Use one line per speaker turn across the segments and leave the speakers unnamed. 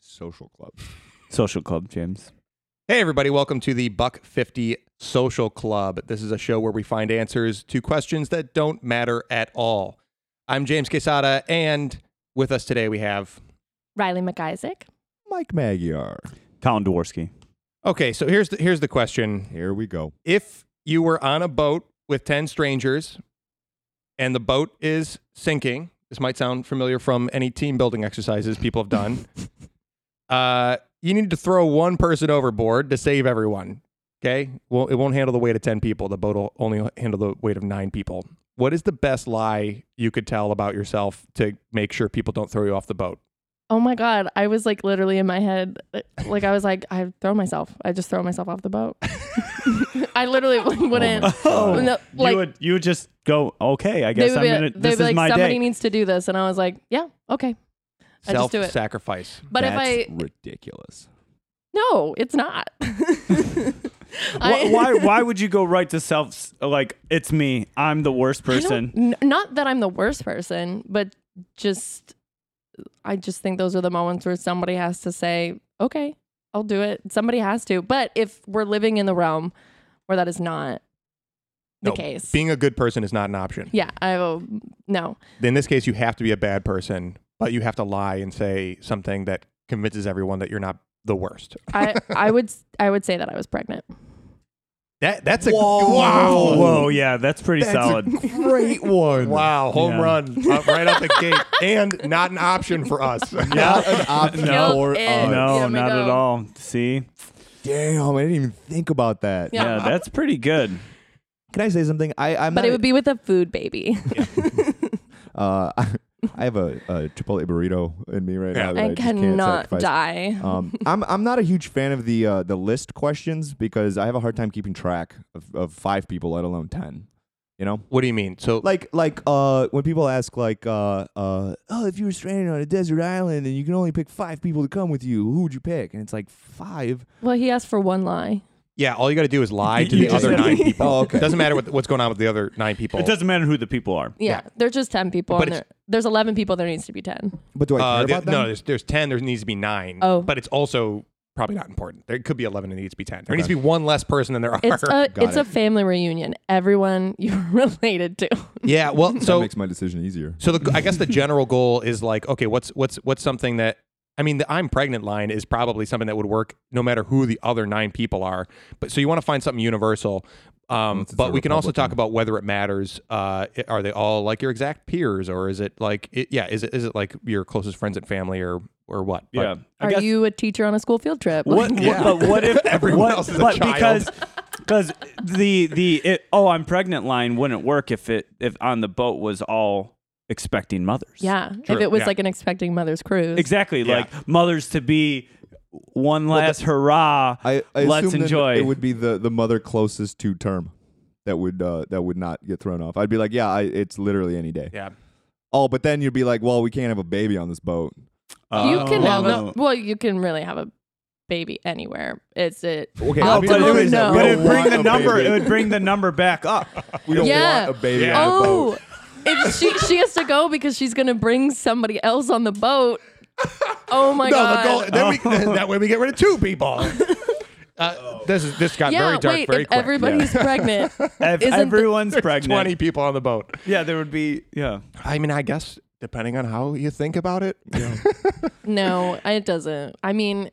Social Club.
Social club, James.
Hey, everybody, welcome to the Buck 50 Social Club. This is a show where we find answers to questions that don't matter at all. I'm James Quesada, and with us today we have.
Riley McIsaac.
Mike Magyar.
Colin Dworsky.
Okay, so here's the, here's the question
Here we go.
If you were on a boat with 10 strangers and the boat is sinking, this might sound familiar from any team building exercises people have done. uh, you need to throw one person overboard to save everyone. Okay. Well, it won't handle the weight of 10 people. The boat will only handle the weight of nine people. What is the best lie you could tell about yourself to make sure people don't throw you off the boat?
Oh my God. I was like literally in my head, uh, like I was like, I throw myself. I just throw myself off the boat. I literally wouldn't.
Oh,
no, like,
you would you would just go, okay, I
they
guess
would
I'm
be,
gonna
they'd
this
be
is
like,
my
somebody
day.
needs to do this. And I was like, yeah, okay. I just
Self
do it.
sacrifice.
But if
That's
I,
ridiculous.
no, it's not.
why, why why would you go right to self like it's me, I'm the worst
I don't-
person.
n- not that I'm the worst person, but just, I just think those are the moments where somebody has to say, okay, I'll do it. Somebody has to. But if we're living in the realm where that is not the
No,
case.
Being a good person is not an option.
yeah, I will. No.
In this case, you have to be a bad person, but you have to lie and say something that convinces everyone that you're not the worst.
I, I would I would say that I was pregnant.
That that's a
Whoa.
wow.
Whoa, yeah, that's pretty
That's
solid.
a great one.
Wow, home
Yeah.
run uh, right out the gate, and not an option for us.
Not an option
No.
for
Killed
us.
it.
no,
Yeah, we
not at
go.
all. See?
Damn, I didn't even think about that.
Yeah.
yeah that's pretty good.
Can I say something? I, I'm
But
not,
it would be with a food baby.
Uh, I have a, a Chipotle burrito in me right
Yeah.
now. That
I
just can't
cannot
sacrifice.
die.
Um, I'm I'm not a huge fan of the uh, the list questions because I have a hard time keeping track of, of five people, let alone ten. You know,
What do you mean? So like,
like like uh when people ask like uh uh oh if you were stranded on a desert island and you can only pick five people to come with you who would you pick and it's like five
Well, he asked for one lie.
yeah, all you got to do is lie to
You
the
just
other
have
nine
to-
people.
Oh, okay.
It doesn't matter what, what's going on with the other nine people.
It doesn't matter who the people are.
Yeah,
Yeah.
there's just ten people,
But
and
it's-
there, there's eleven people. There needs to be ten.
but do I
Uh,
care
the-
about
no,
them
there's, there's ten. There needs to be nine.
Oh.
but it's also probably not important. There could be eleven. and It needs to be ten. There needs to be one less person than there are.
It's a
Got
it's a
it.
family reunion. Everyone you're related to.
yeah. Well, so
that makes my decision easier
So the, I guess the general goal is like, okay, what's what's what's something that I mean, the I'm pregnant line is probably something that would work no matter who the other nine people are. But so you want to find something universal. Um,
Unless it's
but
a
we can also talk
Republican.
about whether it matters. Uh, i- are they all like your exact peers, or is it like, it, yeah, is it is it like your closest friends and family, or or what? But-
Yeah. I
Are
guess-
you a teacher on a school field trip?
What,
Like,
Yeah.
But what if
Everyone
what-
else is a
but
child.
Because because the the it, oh I'm pregnant line wouldn't work if it if on the boat was all expecting mothers.
yeah,
True,
if it was
yeah.
like an expecting mother's cruise.
Exactly.
Yeah.
Like mothers to be one last hurrah.
i, I
let's
assume that
enjoy.
it would be the the mother closest to term that would uh that would not get thrown off i'd be like yeah I, it's literally any day
yeah.
oh but then you'd be like well we can't have a baby on this boat
You
Oh.
can
Well,
have
no.
a, well, you can really have a baby anywhere. It's it.
okay
Oh,
I
Oh,
mean,
but
the
it
Oh,
point
would,
is that
no.
we
but it
don't want
would bring the
a
number.
baby.
It would bring the number back up.
we don't
Yeah.
want a baby
Yeah.
on the boat
Oh, if she she has to go because she's gonna bring somebody else on the boat. Oh my
No, the
god. Oh.
goal, then we, that way we get rid of two people. Uh, this is this got
yeah,
very dark
wait.
very
if
quick.
everybody's pregnant,
If
Isn't the-
everyone's
There's
pregnant.
Twenty people on the boat.
Yeah, there would be. Yeah.
I mean, I guess depending on how you think about it,
no, it doesn't. I mean,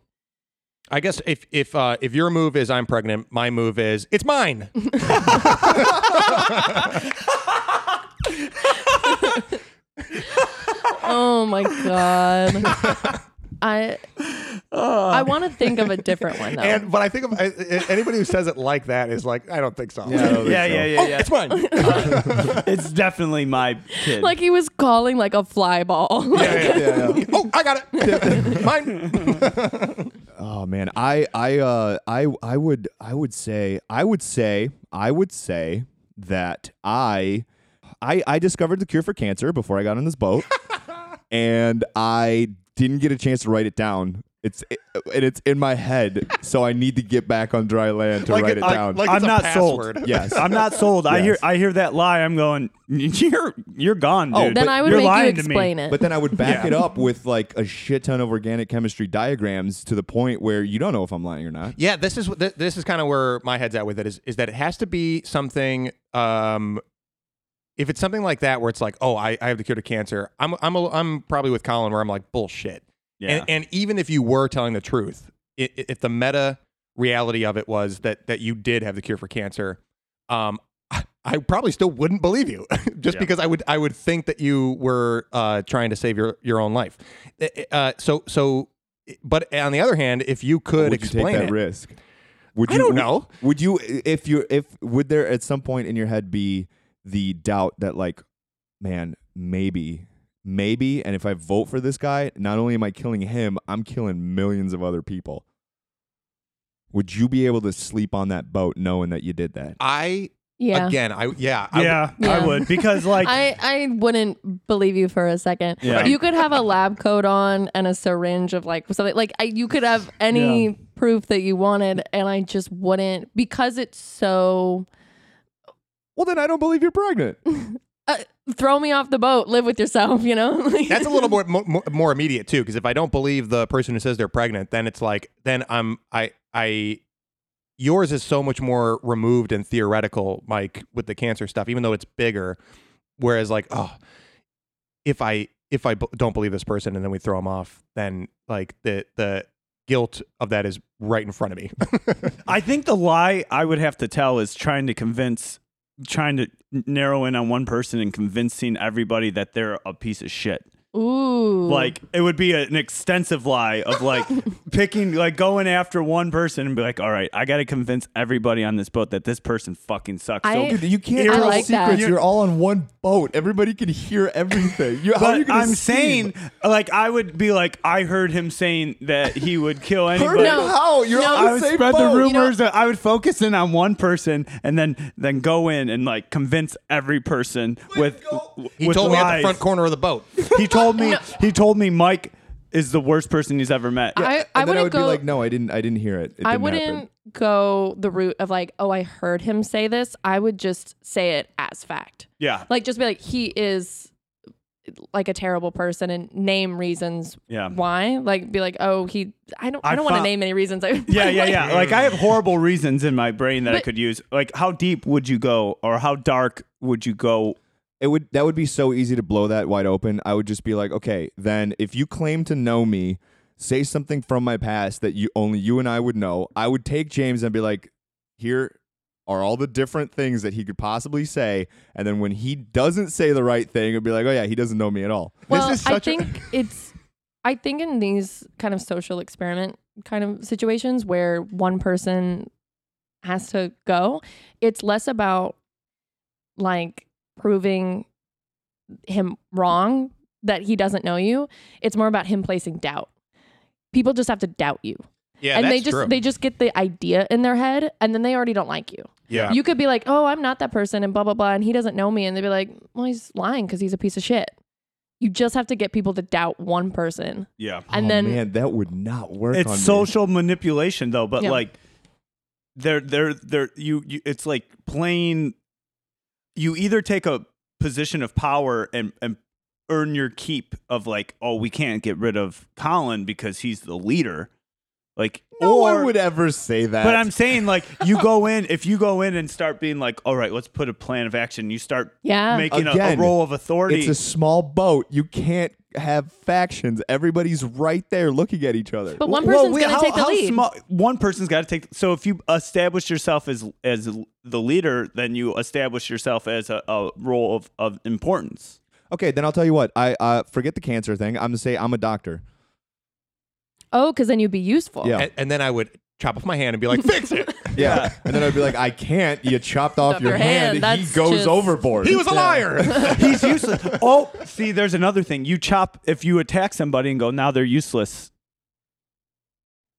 I guess if if uh, if your move is I'm pregnant, my move is it's mine.
oh my god. I I want to think of a different one though.
And but I think of I, I- anybody who says it like that is like I don't think so.
Yeah, I don't think so.
Yeah, yeah, yeah,
Oh,
yeah.
it's mine.
It's definitely my kid.
like he was calling like a fly ball.
Yeah,
yeah, yeah.
oh, I got it. mine.
Oh man, I I uh I I would I would say I would say I would say that I I I discovered the cure for cancer before I got on this boat and I didn't get a chance to write it down It's and it's in my head, so I need to get back on dry land to
Like
write
it-
it
like-
down.
like-
I'm
it's a
not
password.
sold.
Yes.
I'm not sold. I hear
Yes.
I hear that lie. I'm going. You're you're gone, dude.
Oh,
Then
but
I would
you're
make you
lying to me.
explain it.
but then I would back
Yeah.
it up with like a shit ton of organic chemistry diagrams to the point where you don't know if I'm lying or not.
Yeah, this is th- this is kind of where my head's at with it is is that it has to be something. Um, if it's something like that where it's like, oh, I, I have the cure to cancer, I'm I'm a, I'm probably with Colin where I'm like bullshit.
Yeah.
And, and even if you were telling the truth, i- i- if the meta reality of it was that that you did have the cure for cancer, um, I- I probably still wouldn't believe you, just
Yeah.
because I would I would think that you were uh, trying to save your, your own life. Uh, Uh, so so, but on the other hand, if you could
would you
explain
take that
it,
risk? Would
I
you,
don't
would-
know.
Would you if you if would there at some point in your head be the doubt that like, man, maybe, maybe, and if I vote for this guy, not only am I killing him, I'm killing millions of other people. Would you be able to sleep on that boat knowing that you did that?
I
yeah.
again, I yeah, I,
yeah, I
Yeah.
would because like
I, I wouldn't believe you for a second.
Yeah.
You could have a lab coat on and a syringe of like something like I, you could have any
Yeah.
proof that you wanted, and I just wouldn't because it's so
Well, then I don't believe you're pregnant.
throw me off the boat, live with yourself, you know. Like-
That's a little more more, more immediate too, because if I don't believe the person who says they're pregnant, then it's like then I'm I I yours is so much more removed and theoretical, Mike, with the cancer stuff, even though it's bigger. Whereas like oh, if I if I b- don't believe this person and then we throw them off, then like the the guilt of that is right in front of me.
I think the lie I would have to tell is trying to convince, trying to narrow in on one person and convincing everybody that they're a piece of shit.
Ooh,
Like it would be an extensive lie of like picking, like going after one person and be like, all right, I got to convince everybody on this boat that this person fucking sucks.
I-
so
Dude, you can't
You're
tell
like that.
secrets.
You're-
You're all on one boat. Everybody can hear everything. You, how are you
But
gonna
I'm
scheme?
saying, like, I would be like, I heard him saying that he would kill
Heard
anybody.
No.
it how? You're on
No.
I
the
would
same
spread
boat.
the
You know-
rumors that I would focus in on one person and then then go in and like convince every person with w-
he
with
told me at the
lies.
front corner of the boat.
He told me he told me Mike is the worst person he's ever met.
I,
And
I
then
wouldn't
I would
go.
be like, no, I didn't. I didn't hear it. It
I
didn't
wouldn't
happen.
go the route of like, oh, I heard him say this. I would just say it as fact.
yeah.
Like, just be like, he is like a terrible person and name reasons
Yeah.
why. Like, be like, oh, he, I don't, I,
I
don't want to
fo-
name any reasons. I,
Yeah, yeah, yeah. Like I have horrible reasons in my brain that I
But-
could use. Like how deep would you go or how dark would you go?
It would. That would be so easy to blow that wide open. I would just be like, okay, then if you claim to know me, say something from my past that you only you and I would know. I would take James and be like, here are all the different things that he could possibly say, and then when he doesn't say the right thing, it'd be like, oh yeah, he doesn't know me at all.
Well,
this is such
I think it's, I think in these kind of social experiment kind of situations where one person has to go, it's less about like proving him wrong that he doesn't know you. It's more about him placing doubt. People just have to doubt you.
Yeah,
and
that's
they just
true.
they just get the idea in their head and then they already don't like you.
yeah.
You could be like, "Oh, I'm not that person," and blah blah blah, and he doesn't know me, and they'd be like, "Well, he's lying because he's a piece of shit." You just have to get people to doubt one person,
Yeah.
and
Oh,
then
man, that would not work.
it's
on me.
social manipulation though but
Yeah.
like they're they're they're you, you it's like playing you either take a position of power and and earn your keep of like oh we can't get rid of colin because he's the leader like
No
or
one would ever say that.
but I'm saying, like, you go in, if you go in and start being like, all right, let's put a plan of action, you start
yeah,
making a-
Again,
a, role of authority.
It's a small boat. You can't have factions. Everybody's right there looking at each other.
but one person's
wait,
gonna
how-
take the
how
lead.
small- one person's got to take. So if you establish yourself as as the leader, then you establish yourself as a, a role of, of importance.
okay, then I'll tell you what. I uh, forget the cancer thing. I'm gonna say I'm a doctor.
oh, because then you'd be useful.
Yeah.
and, and then I would chop off my hand and be like, fix it.
Yeah. and then I'd be like, I can't. You chopped off
Off
your
your
hand.
hand.
He
That's
goes
just-
overboard.
He was a liar.
He's useless. oh, see, there's another thing. You chop if you attack somebody and go now they're useless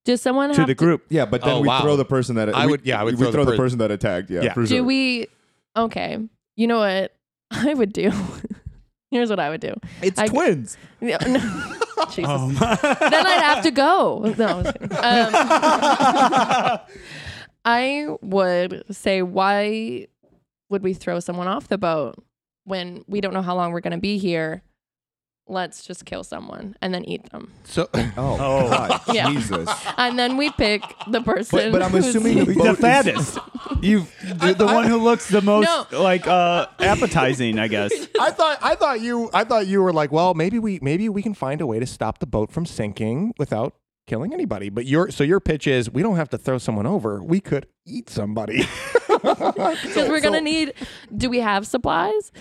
Does someone
to
have
the group.
yeah, but then
Oh,
we
wow.
throw the person that
I
we-
would- yeah, I would
we
throw
throw,
the
the,
per-
person that attacked. Yeah,
Yeah.
for
do
sure.
we? Okay, you know what I would do. Here's what I would do.
it's
I-
twins.
Yeah, no. Jesus.
Oh
then I'd have to go. No, I was kidding. um, I would say, why would we throw someone off the boat when we don't know how long we're going to be here? Let's just kill someone and then eat them.
So
Oh,
Oh.
God,
Yeah.
Jesus.
And then we pick the person.
But, but I'm
who's-
assuming the
the
boat is-
fattest. You, the, the one who looks the most
No.
like uh, appetizing, I guess.
I thought I thought you I thought you were like, well, maybe we maybe we can find a way to stop the boat from sinking without killing anybody. But your so your pitch is we don't have to throw someone over. We could eat somebody.
Because we're gonna need. Do we have supplies?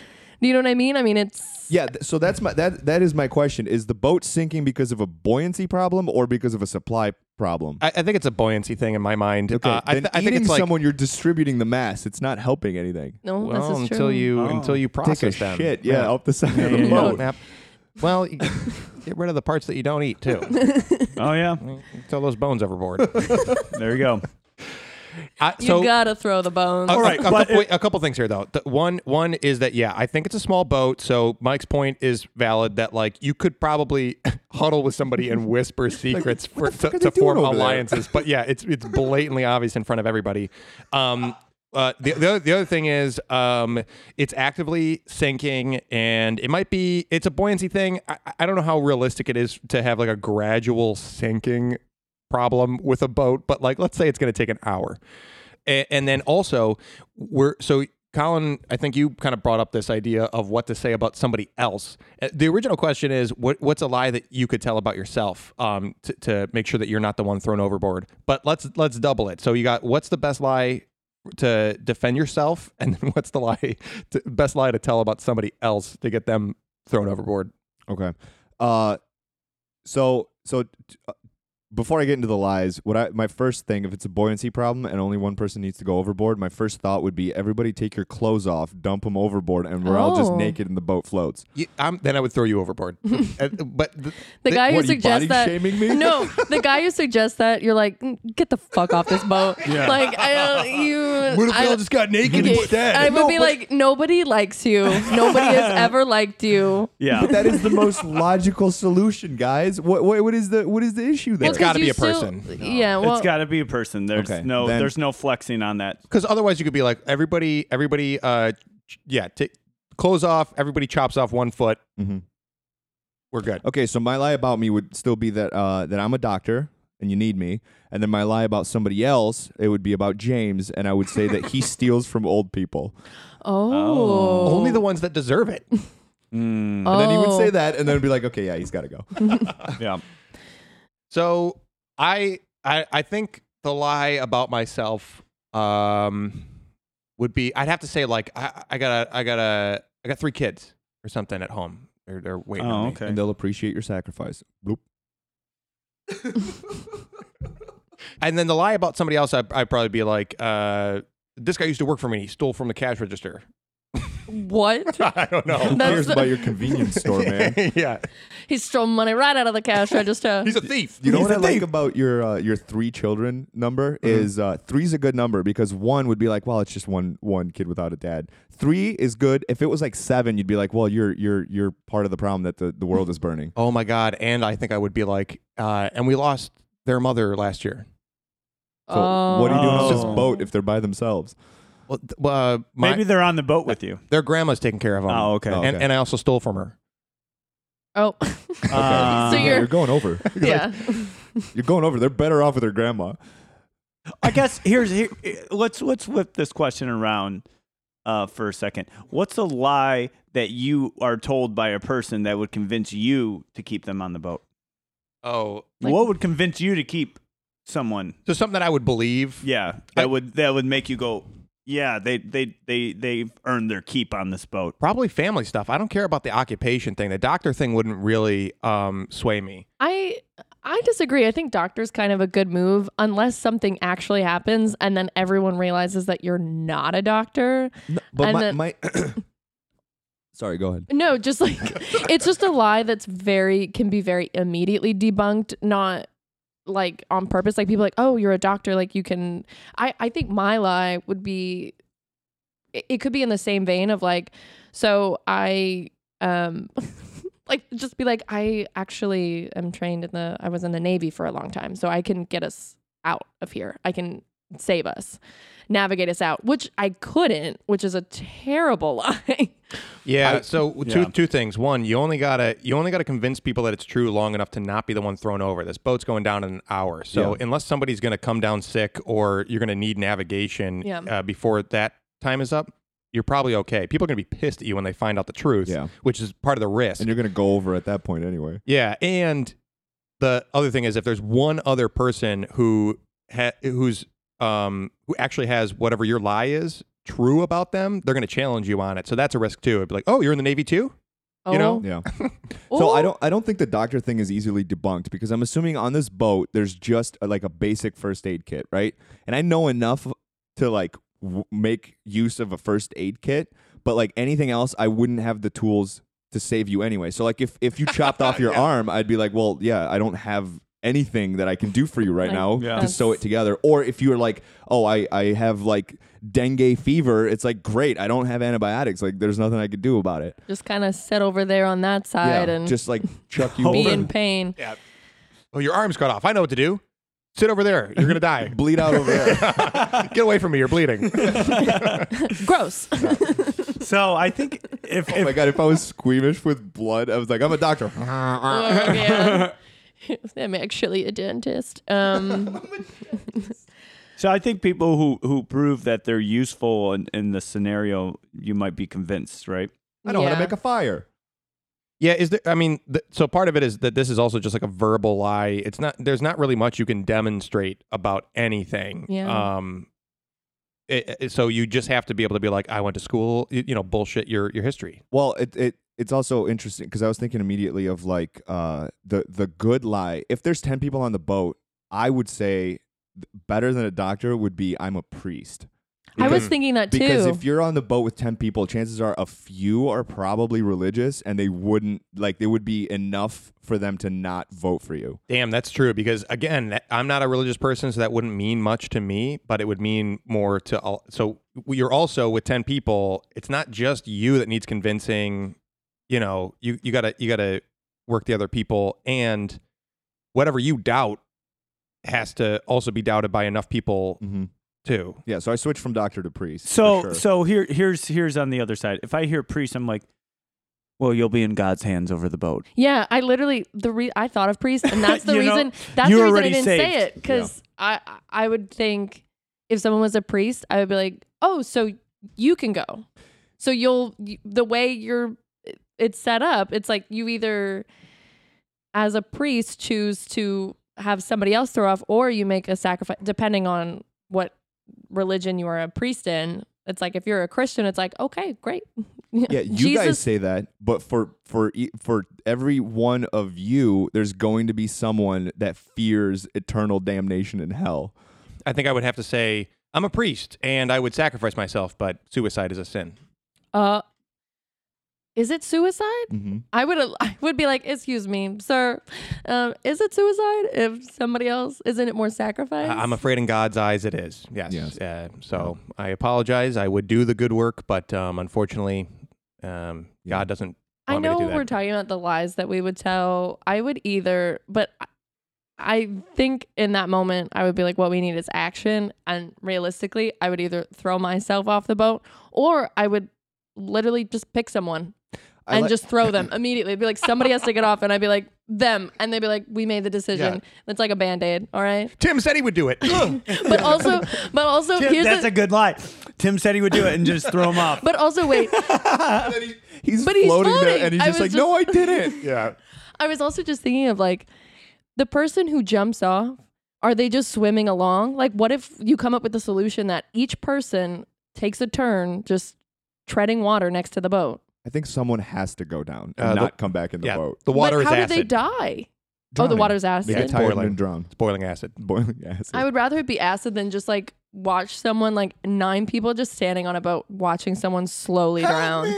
Do you know what I mean? I mean, it's
Yeah, th- so that's my that that is my question: Is the boat sinking because of a buoyancy problem or because of a supply problem?
I, I think it's a buoyancy thing in my mind.
Okay,
Uh, I,
then
th- I
eating
think it's like
someone, you're distributing the mass. It's not helping anything.
no.
well,
this is true.
until you
Oh.
until you process
Take a
them.
shit, yeah,
Map.
up the side of
yeah,
the
yeah.
boat.
Map. Well, you- get rid of the parts that you don't eat too.
Oh yeah,
Throw those bones overboard.
there you go.
I,
you
so
gotta throw the bones.
Uh, A-
All
a-
right,
a,
but
couple,
it-
a couple things here though. The one one is that yeah, I think it's a small boat, so Mike's point is valid that like you could probably huddle with somebody and whisper secrets for,
fuck
to,
are they
to form
doing over there?
alliances. But yeah, it's it's blatantly obvious in front of everybody. Um, uh, the, the, other, the other thing is um, it's actively sinking and it might be it's a buoyancy thing I, I don't know how realistic it is to have like a gradual sinking problem with a boat but like let's say it's going to take an hour and, and then also we're so colin i think you kind of brought up this idea of what to say about somebody else Uh, the original question is what, what's a lie that you could tell about yourself um, to, to make sure that you're not the one thrown overboard but let's let's double it so you got what's the best lie to defend yourself and then what's the lie to, best lie to tell about somebody else to get them thrown overboard
Okay. Uh, so so t- uh, before I get into the lies, what I my first thing, if it's a buoyancy problem and only one person needs to go overboard, my first thought would be everybody take your clothes off, dump them overboard, and we're all just
Oh.
naked and the boat floats.
Yeah, I'm, then I would throw you overboard. Uh, but th-
the guy who
what, are you body
suggests that.
shaming me?
No, the guy who suggests that you're like, "Mm, get the fuck off this boat.
Yeah.
Like I don't you. I,
got naked
I would be like, nobody likes you. Nobody has ever liked you.
Yeah,
But that is the most logical solution, guys. What, what what is the what is the issue there?
It's got- gotta
'cause
be
you
a
still-
person.
Yeah, well,
it's got to be a person. There's
Okay,
no,
then-
there's no flexing on that.
because otherwise you could be like everybody, everybody, uh, ch- yeah, t- clothes off. Everybody chops off one foot.
Mhm.
We're good.
okay, so my lie about me would still be that uh, that I'm a doctor and you need me, and then my lie about somebody else it would be about James, and I would say that he steals from old people.
oh,
Only the ones that deserve it.
Mm,
And then he would
Oh.
say that, and then be like, okay, yeah, he's got to go.
yeah,
So I, I, I think the lie about myself, um, would be I'd have to say like I, I got a, I got a, I got three kids or something at home. They're, they're waiting.
Oh,
on me.
okay.
And they'll appreciate your sacrifice. Bloop.
And then the lie about somebody else, I, I'd probably be like, uh, this guy used to work for me. He stole from the cash register.
what?
I don't
Who
know.
That's
cares
the-
about your convenience store, man?
yeah.
He stole money right out of the cash register.
He's a thief.
You know
He's
what I
a
like
thief.
about your uh, your three children number
Mm-hmm.
is uh, three's a good number because one would be like, well, it's just one one kid without a dad. Three is good. If it was like seven, you'd be like, well, you're you're you're part of the problem that the, the world is burning.
Oh my God. And I think I would be like, uh, and we lost their mother last year.
So what are you doing on this
Oh.
boat if they're by themselves?
Well, th- uh, my,
maybe they're on the boat with you.
their grandma's taking care of them.
Oh, okay.
No.
And, and I also stole from her.
Oh,
Uh,
Ah. So
you're,
you're-
going over.
yeah.
You're going over. They're better off with their grandma.
I guess here's here. Let's let's whip this question around uh, for a second. What's a lie that you are told by a person that would convince you to keep them on the boat?
Oh.
Like-
what would convince you to keep someone?
So something that I would believe.
Yeah,
I-
that would that would make you go. Yeah, they they they they've earned their keep on this boat.
Probably family stuff. I don't care about the occupation thing. The doctor thing wouldn't really um, sway me.
I I disagree. I think doctor's kind of a good move unless something actually happens and then everyone realizes that you're not a doctor.
No, but
And
my,
then-
my sorry, go ahead.
No, just like it's just a lie that's very can be very immediately debunked, not like on purpose. Like people are like, oh, you're a doctor, like you can. I I think my lie would be, it, it could be in the same vein of like, so I um. like just be like i actually am trained in the i was in the navy for a long time so i can get us out of here i can save us navigate us out which i couldn't which is a terrible lie
Yeah. so two
yeah.
two things. One, you only gotta you only gotta convince people that it's true long enough to not be the one thrown over. This boat's going down in an hour. So
Yeah.
unless somebody's gonna come down sick or you're gonna need navigation
Yeah.
uh, before that time is up, you're probably okay. People are gonna be pissed at you when they find out the truth,
Yeah.
which is part of the risk.
and you're gonna go over at that point anyway.
Yeah, and the other thing is if there's one other person who ha- who's um who actually has whatever your lie is true about them, they're going to challenge you on it. So that's a risk too. It'd be like, "Oh, you're in the Navy too?"
oh,
You know?
Yeah.
oh,
So I don't I don't think the doctor thing is easily debunked because I'm assuming on this boat there's just uh like a basic first aid kit, right? And I know enough to like w- make use of a first aid kit, but like anything else I wouldn't have the tools to save you anyway. So like if if you chopped off your arm, I'd be like, "Well, yeah, I don't have anything that I can do for you right
Like,
now
Yeah.
to sew it together." Or if you're like, "Oh, I I have like dengue fever." It's like, "Great, I don't have antibiotics. Like there's nothing I could do about it."
just kind of sit over there on that side and
just like chuck you
Hope
be
over.
in pain
"Oh, your arm's cut off. I know what to do. Sit over there. You're going to die.
bleed out over there.
Get away from me. You're bleeding."
gross
So I think if,
Oh
if
my god, if I was squeamish with blood, I was like, I'm a doctor.
Oh, man. i'm actually a dentist um
so, I think people who who prove that they're useful in, in the scenario, you might be convinced, right?
I know how to
yeah.
make a fire.
yeah, is there I mean, th- so part of it is that this is also just like a verbal lie. It's not there's not really much you can demonstrate about anything.
Yeah.
Um it, it- so you just have to be able to be like, I went to school, you, you know, bullshit your your history.
Well, it, it it's also interesting because I was thinking immediately of like uh the the good lie. If there's ten people on the boat, I would say th- better than a doctor would be I'm a priest.
i was
Mhm.
thinking that too
Because if you're on the boat with 10 people, chances are a few are probably religious and they wouldn't, like, there would be enough for them to not vote for you.
Damn, that's true. Because again, that, I'm not a religious person, so that wouldn't mean much to me, but it would mean more to all. So you're also with 10 people, it's not just you that needs convincing, you know, you, you gotta, you gotta work the other people and whatever you doubt has to also be doubted by enough people
Mm-hmm.
too.
Yeah, so I switched from doctor to priest. for
So
sure.
so here here's here's on the other side. If I hear priest, I'm like, well, you'll be in God's hands over the boat.
Yeah, I literally the re- I thought of priest, and that's the
You know,
reason. that's
you're
the reason I
already
didn't say
saved.
it because I I would think if someone was a priest, I would be like, oh, so you can go. So you'll you- the way you're it's set up. It's like you either as a priest choose to have somebody else throw off, or you make a sacrifice depending on what religion you are a priest in. It's like if you're a Christian, it's like okay, great.
Yeah, you guys say that, but for for e- for every one of you, there's going to be someone that fears eternal damnation in hell.
I think I would have to say, I'm a priest and I would sacrifice myself, but suicide is a sin.
Uh, is it suicide?
Mm-hmm.
I would I would be like, excuse me, sir, um, is it suicide if somebody else isn't it more sacrifice?
I- I'm afraid in God's eyes it is. Yes.
Yes.
Uh, so I apologize. I would do the good work, but um, unfortunately, um,
Yeah.
God doesn't.
I
Want me to
know
do that.
we're talking about the lies that we would tell. I would either, but I- I think in that moment I would be like, what we need is action, and realistically, I would either throw myself off the boat or I would literally just pick someone and just throw them immediately. It'd be like somebody has to get off, and I'd be like them, and they'd be like, we made the decision. It's like a band aid, all right.
Tim said he would do it. Ugh.
But also, but also,
Tim,
here's
that's
the,
a good lie. Tim said he would do it and just throw him off.
But also, wait,
he's,
but he's
floating, there,
floating.
and he's
I
just like,
was
"No, I
just-
didn't." yeah,
I was also just thinking of like the person who jumps off, are they just swimming along? Like, what if you come up with a solution that each person takes a turn just treading water next to the boat?
I think someone has to go down and
Uh, the-
not come back in the
yeah.
boat.
The water
but
is
how
acid.
do they die? Oh, the
Drowning.
water's
They
acid.
get
It's
tired
boiling.
and drown.
It's boiling acid.
Boiling acid.
I would rather it be acid than just like watch someone like nine people just standing on a boat watching someone slowly drown.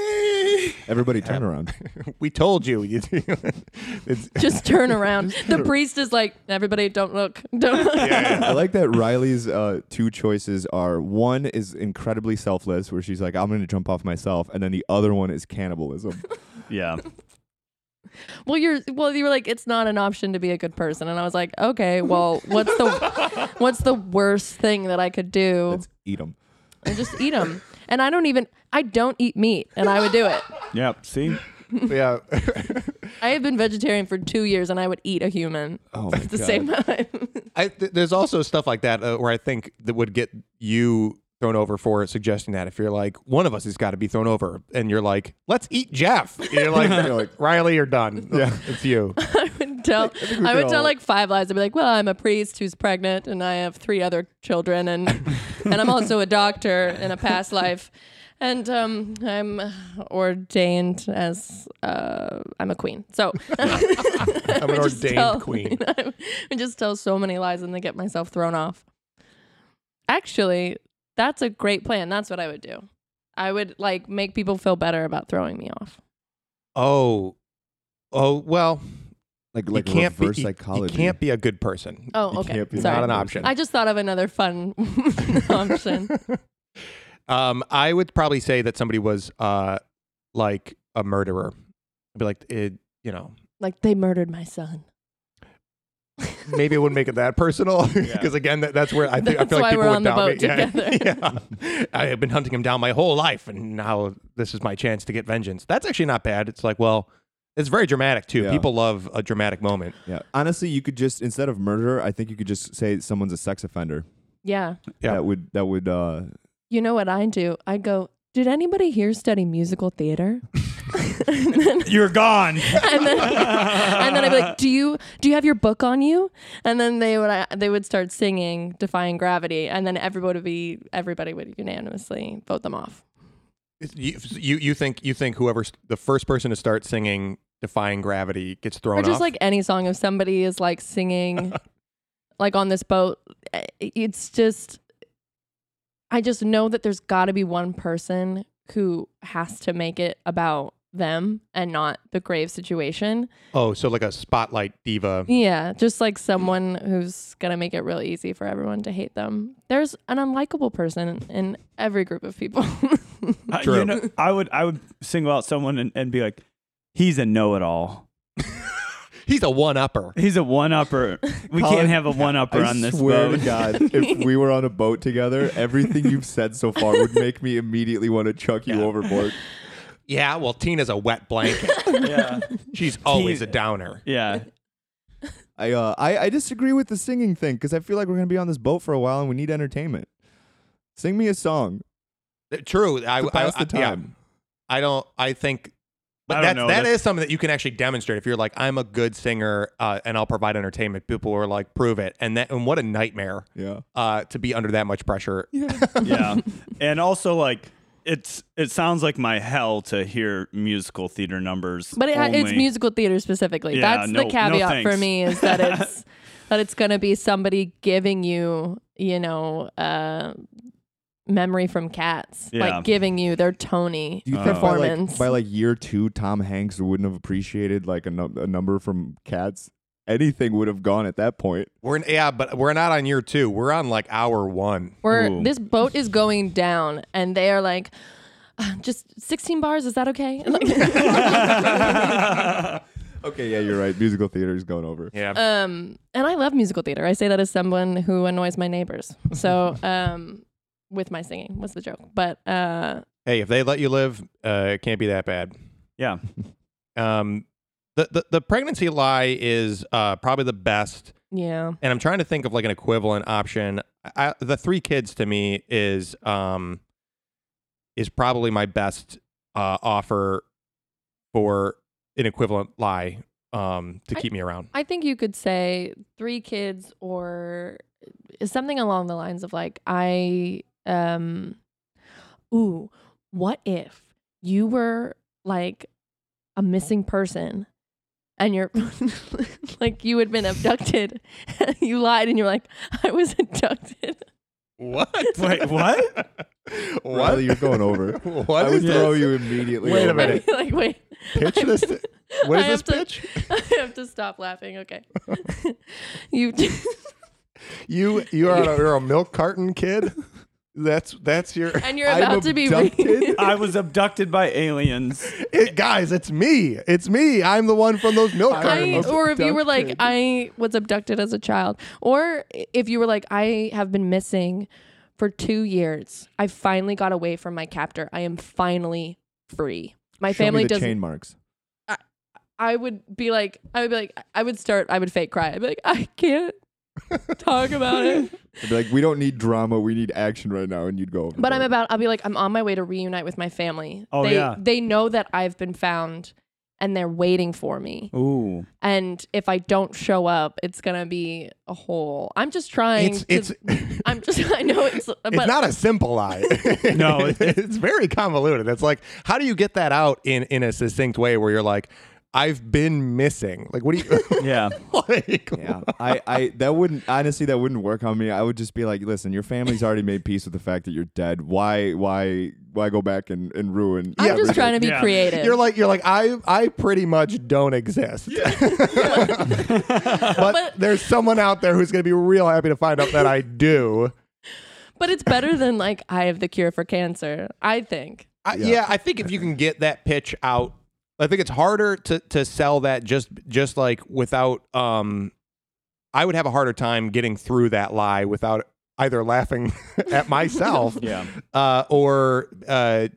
Everybody turn around.
We told you. You- it's,
Just turn around. the priest is like, everybody, don't look. Don't look.
I like that Riley's uh, two choices are one is incredibly selfless, where she's like, "I'm going to jump off myself," and then the other one is cannibalism.
yeah.
well, you're well, you were like, it's not an option to be a good person, and I was like, okay, well, what's the what's the worst thing that I could do?
Let's eat them.
and just eat them. And I don't even, I don't eat meat, and I would do it.
Yep. See,
yeah.
I have been vegetarian for two years, and I would eat a human
Oh my
at the
God.
same time.
I, th- there's also stuff like that uh, where I think that would get you thrown over for suggesting that. If you're like, one of us has got to be thrown over, and you're like, let's eat Jeff. And you're like, you're like Riley, you're done. Yeah, it's you.
I would tell, I would tell like five lies. I'd be like, well, I'm a priest who's pregnant, and I have three other children, and and I'm also a doctor in a past life, and um, I'm ordained as uh, I'm a queen. So
I'm an
I just
ordained
tell-
queen.
I just tell so many lies and then get myself thrown off. Actually, that's a great plan. That's what I would do. I would like make people feel better about throwing me off.
Oh, oh well.
Like like
you can't
reverse
be, you-
psychology.
You can't be a good person.
Oh,
You
okay.
can't be
It's
Sorry.
not an option.
I just thought of another fun option.
um, I would probably say that somebody was uh like a murderer. I'd be like, it, you know,
Like they murdered my son.
maybe it wouldn't make it that personal because again, that, that's where I think I
That's
feel
why
like people
we're
would
on the
down
boat
me. Yeah. yeah. I have been hunting him down my whole life, and now this is my chance to get vengeance. That's actually not bad. It's like, well, it's very dramatic too.
Yeah.
People love a dramatic moment.
Yeah. Honestly, you could just instead of murderer, I think you could just say someone's a sex offender.
Yeah.
Yeah.
That would that would uh
You know what I do? I go, did anybody here study musical theater? and then,
you're gone.
and then, and then I'd be like, "Do you do you have your book on you?" And then they would they would start singing "Defying Gravity," and then everybody would be everybody would unanimously vote them off.
It's- You, you you think you think whoever's the first person to start singing "Defying Gravity" gets thrown
or just
off?
like any song if somebody is like singing like on this boat eh, it's just i just know that there's got to be one person who has to make it about them and not the grave situation
oh, so like a spotlight diva.
yeah just like someone who's gonna make it real easy for everyone to hate them there's an unlikable person in every group of people
I, Uh,
True.
you know, I would I would single out someone and, and be like, he's a know-it-all.
He's a one-upper.
He's a one-upper. We can't have a one-upper
I
on this
swear
boat.
to God, if we were on a boat together, everything you've said so far would make me immediately want to chuck you overboard.
Yeah, well, Tina's a wet blanket.
Yeah,
She's always a
Tina.
downer.
yeah.
I uh, I, I disagree with the singing thing because I feel like we're gonna be on this boat for a while and we need entertainment. Sing me a song.
Uh, True. I,
To
I,
pass the
I- yeah.
time.
I don't. I think. But
I don't
that's,
know,
that
that's-
is something that you can actually demonstrate. If you're like, I'm a good singer uh, and I'll provide entertainment, people are like, prove it. And that and what a nightmare
Yeah.
uh, to be under that much pressure.
yeah and also like it's it sounds like my hell to hear musical theater numbers
But it, it's
only.
musical theater specifically.
Yeah,
That's
no-
the
no
caveat for
thanks.
me is that it's that it's going to be somebody giving you, you know, uh, memory from Cats,
Yeah.
like giving you their Tony
Do you think by like,
performance.
by like year two, Tom Hanks wouldn't have appreciated like a, num- a number from Cats? Anything would have gone at that point.
We're in, yeah, but we're not on year two. We're on like hour one.
Where
Ooh.
this boat is going down, and they are like, "Uh, just sixteen bars. Is that okay? And, like-
Okay, yeah, you're right. Musical theater is going over.
Yeah.
um, and I love musical theater. I say that as someone who annoys my neighbors. So, um, with my singing was the joke, but uh.
hey, if they let you live, uh, it can't be that bad.
yeah
Um, the, the the pregnancy lie is uh, probably the best.
Yeah.
and I'm trying to think of like an equivalent option. I, the three kids to me is um is probably my best uh, offer for an equivalent lie um to
I-
keep me around.
I think you could say three kids or eh, something along the lines of like I um ooh, what if you were like a missing person and you're like you had been abducted you lied and you're like I was abducted.
What?
Wait, what?
what?
Riley, you're going over.
What
I would
is
throw
this?
you immediately.
Wait a
over.
minute.
I'd be like wait.
Pitch
I'm-
this. What is this
I have to-
pitch?
I have to stop laughing. Okay. you
You you are a, you're a milk carton kid. That's that's your
And you're
I'm
about to be re-
abducted?
I was abducted by aliens.
It- guys. It's me. It's me. I'm the one from those milk
I,
cartons.
or if you were like,
abducted.
I was abducted as a child, or if you were like, I have been missing for two years. I finally got away from my captor. I am finally free.
Show
My
me
family
the
doesn't.
chain marks.
I would be like, I would be like, I would start. I would fake cry. I'd be like, I can't talk about it.
I'd be like, we don't need drama. We need action right now. And you'd go.
But I'm
overboard.
about. I'll be like, I'm on my way to reunite with my family.
Oh,
they,
yeah.
They know that I've been found, and they're waiting for me.
Ooh.
And if I don't show up, it's gonna be a whole. I'm just trying.
It's
to-
it's it's
I'm just. I know it's. But
not a simple lie.
No, it-
it's very convoluted. It's like how do you get that out in in a succinct way where you're like, I've been missing. Like what do you?
Yeah.
like,
Yeah, I, I, that wouldn't honestly, that wouldn't work on me. I would just be like, listen, your family's already made peace with the fact that you're dead. Why, why, why go back and and ruin?
I'm just
everything?
trying to be
Yeah.
creative.
You're like you're like I I pretty much don't exist. but, there's someone out there who's gonna be real happy to find out that I do.
but it's better than like I have the cure for cancer. I think.
I, yeah.
Yeah.
I think if you can get that pitch out, I think it's harder to to sell that just just like without. um I would have a harder time getting through that lie without either laughing at myself
Yeah.
uh, or uh,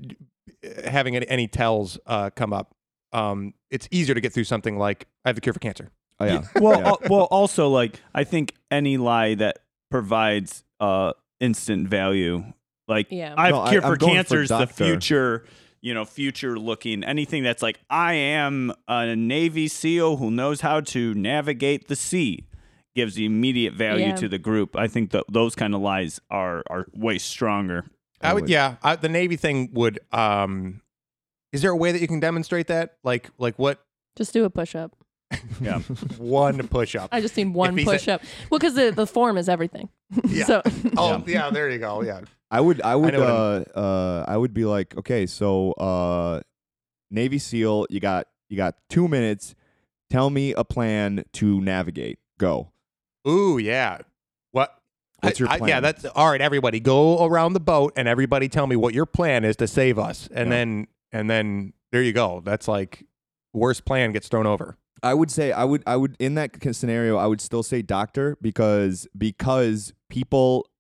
having any, any tells uh, come up. Um, it's easier to get through something like I have the cure for cancer.
Oh, yeah.
Well,
Yeah.
al- well, also like I think any lie that provides uh instant value, like
Yeah.
I've
No, I-
cure
I'm
for
going for
cancer is the
doctor.
future, you know, future looking anything that's like I am a Navy SEAL who knows how to navigate the sea gives immediate value
Yeah.
to the group. I think that those kind of lies are are way stronger.
I
I
would,
would-
yeah. I, the Navy thing would. Um, is there a way that you can demonstrate that? Like, like what?
Just do a push up.
Yeah.
One push up.
I just need one
he said-
push up. Well, because the, the form is everything.
Yeah.
So
Oh, yeah. There you go. Yeah.
I would, I would,
know what I
uh, uh, I would be like, okay, so, uh, Navy SEAL, you got, you got two minutes. Tell me a plan to navigate. Go.
Ooh, yeah. What?
What's your
I- I- yeah,
plan?
that's all right. Everybody, go around the boat, and everybody tell me what your plan is to save us, and
Yeah.
then and then there you go. That's like worst plan gets thrown over.
I would say I would I would in that c- scenario I would still say doctor because because people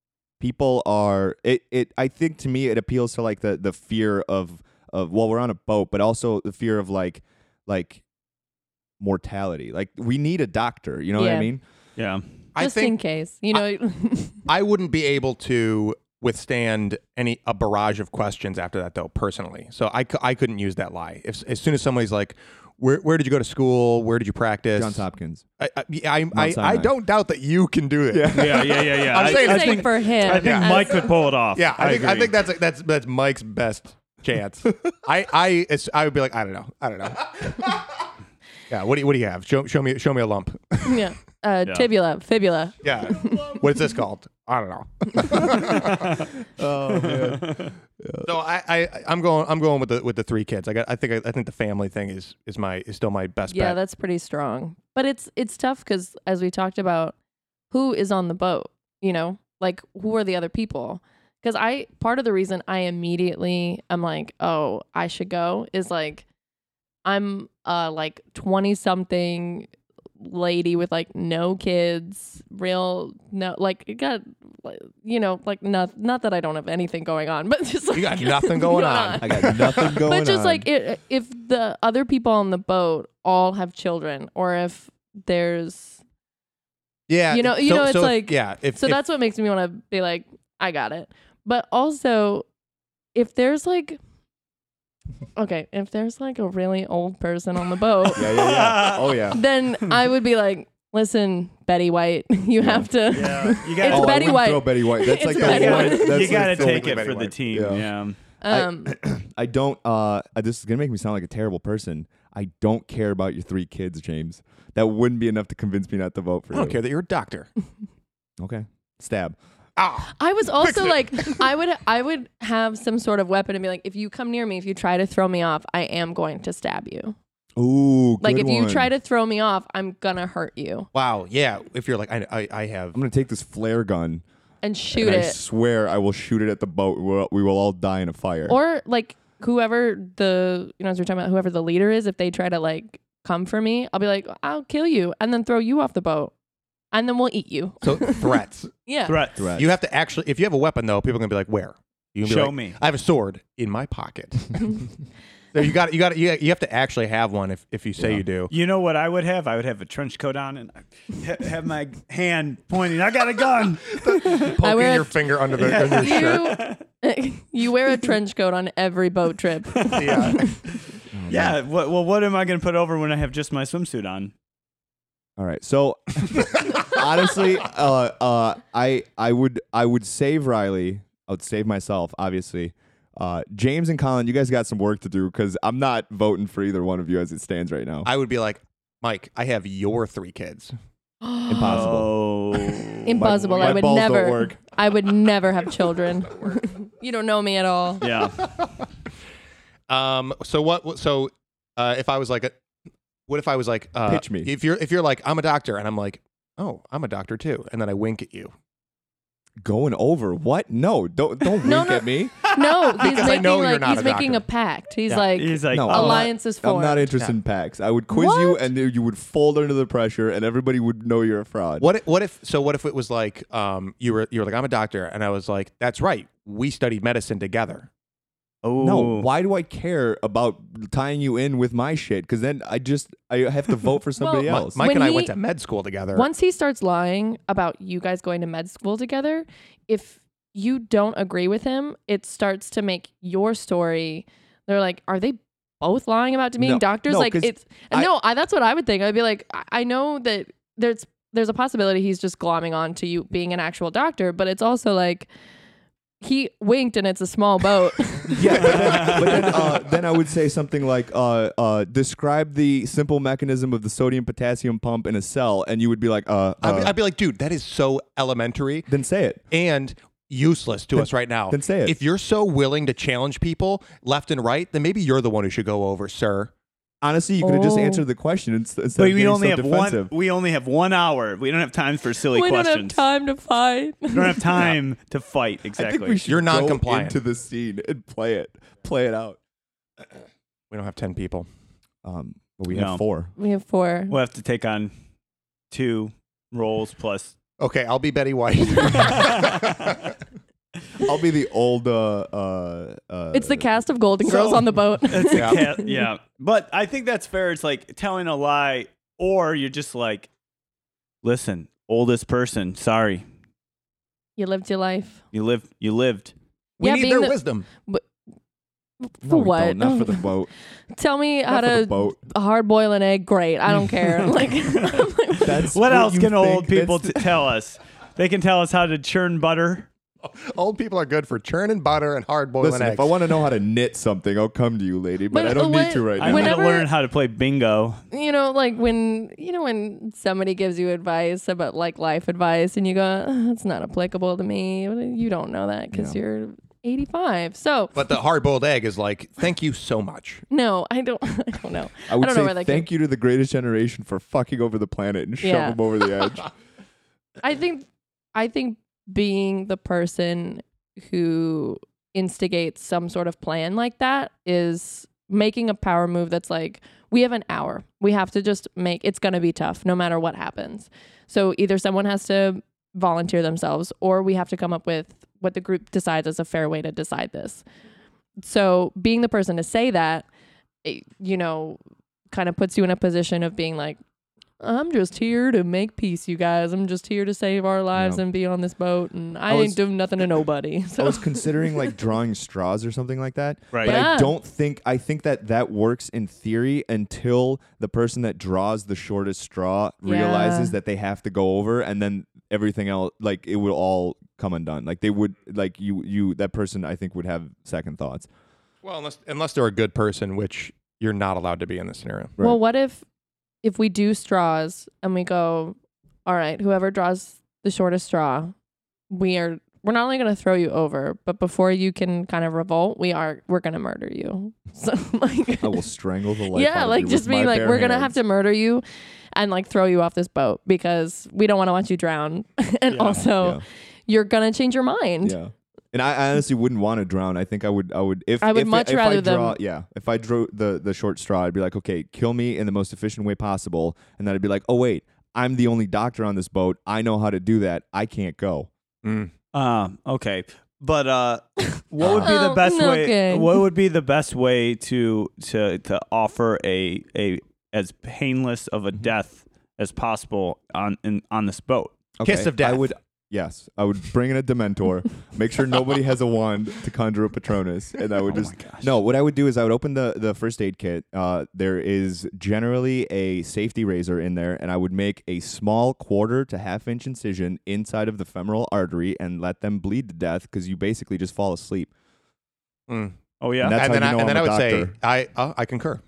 people are it it I think to me it appeals to like the the fear of of well we're on a boat but also the fear of like like mortality like we need a doctor you know what
Yeah.
I mean
Yeah.
I
just in
think
case, you know,
I wouldn't be able to withstand any a barrage of questions after that though personally. So I, cou- I couldn't use that lie. If as soon as somebody's like, where where did you go to school? Where did you practice?
Johns Hopkins
I I, I, I, I
Sinai.
don't doubt that you can do it.
Yeah, yeah, yeah, yeah.
I'm
I-
saying
I
Same
think-
for him.
I think
as-
Mike could pull it off.
Yeah, I, think I
agree.
think that's that's that's Mike's best chance. I I it's- I would be like I don't know, I don't know. yeah, what do you, what do you have? Show show me show me a lump.
yeah. Uh,
Yeah.
Tibula, fibula.
yeah, what's this called? I don't know. Oh, So I, I I'm going I'm going with the with the three kids. I got I think I, think the family thing is is my is still my best
Yeah,
bet.
that's pretty strong. But it's it's tough because as we talked about, who is on the boat? You know, like who are the other people? Because I part of the reason I immediately am like, oh, I should go is like, I'm uh like twenty something lady with like no kids, real no like you got like, you know like not not that I don't have anything going on, but just like
You got nothing going on.
I got nothing going
but just
on.
like i if the other people on the boat all have children or if there's
yeah,
you know- you know, it's
if-
like-
yeah. If,
so
if-
that's what makes me want to be like i got it but also if there's like okay if there's like a really old person on the boat
yeah yeah yeah oh yeah
then i would be like listen betty white you have to
Yeah, you
It's
oh, I
Betty
wouldn't
White.
Throw Betty White that's
It's
like the
Betty
one
White.
that's
you
like
gotta
the
take
only
it
way
for
to
the
work.
team.
Yeah.
Yeah.
um
I don't. Uh, uh, this is gonna make me sound like a terrible person. I don't care about your three kids, James. That wouldn't be enough to convince me not to vote for
I
you.
don't care that you're a doctor.
Okay. Stab.
Ah,
I was also
it.
like, I would, I would have some sort of weapon and be like, if you come near me, if you try to throw me off, I am going to stab you.
Ooh.
Like,
good
if you
one.
try to throw me off, I'm gonna hurt you.
wow. Yeah, if you're like I I, I have
I'm gonna take this flare gun.
and shoot
and I
it.
swear I will shoot it at the boat. We will, we will all die in a fire.
Or like whoever the you know as we're talking about whoever the leader is, if they try to like come for me, I'll be like, I'll kill you, and then throw you off the boat, and then we'll eat you.
So threats.
Yeah,
Threat.
Threat.
You have to actually, if you have a weapon though, people are gonna be like, "Where?" You can be
Show
like,
me.
I have a sword in my pocket. so you got you got you, you have to actually have one if if you say you do.
You know what I would have? I would have a trench coat on and I ha- have my hand pointing. I got a gun.
I
Poking
wear
your
a,
finger under the under your shirt.
you, you wear a trench coat on every boat trip.
Yeah.
yeah. What, well, what am I going to put over when I have just my swimsuit on?
All right. So honestly, uh, uh, I I would I would save Riley. I would save myself, obviously. Uh, James and Colin, you guys got some work to do because I'm not voting for either one of you as it stands right now.
I would be like, Mike, I have your three kids.
Impossible.
Oh.
Impossible.
my
I would
balls don't
never.
work.
I would never have children. you don't know me at all.
yeah.
Um. So what? So, uh, if I was like, a, what if I was like, uh,
Pitch me.
If you're if you're like, I'm a doctor, and I'm like, oh, I'm a doctor too, and then I wink at you
Going over what? No, don't don't
No,
wink
no.
at me.
No, he's
Because I
making
know you're
like
not
he's
a
making
doctor.
a pact. He's
Yeah.
like
He's like,
no,
oh,
I'm not-
alliance is
I'm
formed.
not interested in packs. I would quiz you,
What?
and you would fold under the pressure, and everybody would know you're a fraud.
What if, what if so what if it was like um you were you were like I'm a doctor and I was like that's right we studied medicine together.
oh.
No, why do I care about tying you in with my shit? Because then I just I have to vote for somebody
Well,
else.
Mike
When
and I
he-
went to med school together.
Once he starts lying about you guys going to med school together, if you don't agree with him, it starts to make your story. They're like, are they both lying about being
No,
doctors?
no,
like
'cause
it's
I-
no, I, that's what I would think. I'd be like, I, I know that there's there's a possibility he's just glomming on to you being an actual doctor, but it's also like he winked and it's a small boat.
Yeah, but then, but then, uh, then I would say something like, uh, uh, describe the simple mechanism of the sodium potassium pump in a cell, and you would be like, uh,
I'd, be,
uh,
I'd be like dude that is so elementary
then say it.
and useless to us right now.
then say it.
If you're so willing to challenge people left and right, then maybe you're the one who should go over, sir.
Honestly, you could have just
Oh.
answered the question inst- instead
But
of
we
being
only
so
have
defensive.
one. We only have one hour. We don't have time for silly
we don't have
questions.
time to fight.
We don't have time to fight. Exactly.
I think we should
You're
go
non-compliant.
into the scene and play it, play it out.
We don't have ten people.
Um, but we have
No.
four.
We have four.
We'll have to take on two roles plus.
Okay, I'll be Betty White.
I'll be the old. Uh, uh, uh,
It's the cast of Golden
so-
Girls on the boat.
It's
Yeah.
a cat. Yeah. But I think that's fair. It's like telling a lie, or you're just like, listen, oldest person. Sorry,
you lived your life.
you lived. You lived.
we
Yeah,
need
being
their
the-
wisdom.
No,
For
we
what?
don't. Not for the boat.
Tell me how
Not for the
to
boat.
hard boil an egg. Great. I don't care. like, I'm like,
That's
What, else
you
can old
think? That's-
people t- tell us? They can tell us how to churn butter.
Old people are good for churning butter and hard boiling
Listen,
eggs.
if I want to know how to knit something, I'll come to you, lady. But,
But
I don't
what-
need to right
I
now.
need to
Whenever-
learn how to play bingo.
you know, like when you know when somebody gives you advice about like life advice, and you go, "Uh, "It's not applicable to me." You don't know that because you're 85. So
but the hard boiled egg is like, thank you so much.
no, I don't. I don't know.
I would
don't know where
say
that
thank you to the greatest generation for fucking over the planet and shove
Yeah.
them over the edge.
I think I think being the person who instigates some sort of plan like that is making a power move that's like we have an hour. We have to just make it's going to be tough no matter what happens. So either someone has to volunteer themselves or we have to come up with what the group decides is a fair way to decide this. So being the person to say that it, you know kind of puts you in a position of being like I'm just here to make peace, you guys. I'm just here to save our lives
Yeah.
and be on this boat, and I,
I was-
ain't doing nothing to nobody.
I
So
was considering like drawing straws or something like that.
Right.
But I
Yeah.
don't think I think that that works in theory until the person that draws the shortest straw realizes
Yeah.
that they have to go over, and then everything else like it will all come undone. Like they would like you you that person I think would have second thoughts.
Well, unless unless they're a good person, which you're not allowed to be in this scenario.
Right.
Well, what if if we do straws and we go, all right, whoever draws the shortest straw, we are we're not only going to throw you over, but before you can kind of revolt, we are we're going to murder you. So like
I will strangle the life. out
yeah,
of
like
you
just
with my
being like
bare
we're going to have
hands.
to murder you and like throw you off this boat because we don't want to watch you drown and
Yeah.
also
Yeah.
you're gonna change your mind.
Yeah. And I, I honestly wouldn't want to drown. I think I would. I would. If
I would
if,
much
if I
rather than-
draw, Yeah. If I drew the the short straw, I'd be like, okay, kill me in the most efficient way possible, and then I'd be like, oh wait, I'm the only doctor on this boat. I know how to do that. I can't go.
Um. Okay. But uh, what would be the
Oh,
best
no
way?
good.
What would be the best way to to to offer a a as painless of
Mm-hmm.
a death as possible on in, on this boat?
Okay.
Kiss of death.
I would. Yes, I would bring in a Dementor, make sure nobody has a wand to conjure a Patronus, and I would
Oh
just no. What I would do is I would open the the first aid kit. Uh, there is generally a safety razor in there, and I would make a small quarter to half inch incision inside of the femoral artery and let them bleed to death because you basically just fall asleep.
Mm.
Oh yeah.
And That's
and
how
then,
you
I,
know
and then I
I'm
would
a
say,
doctor.
I uh, I concur.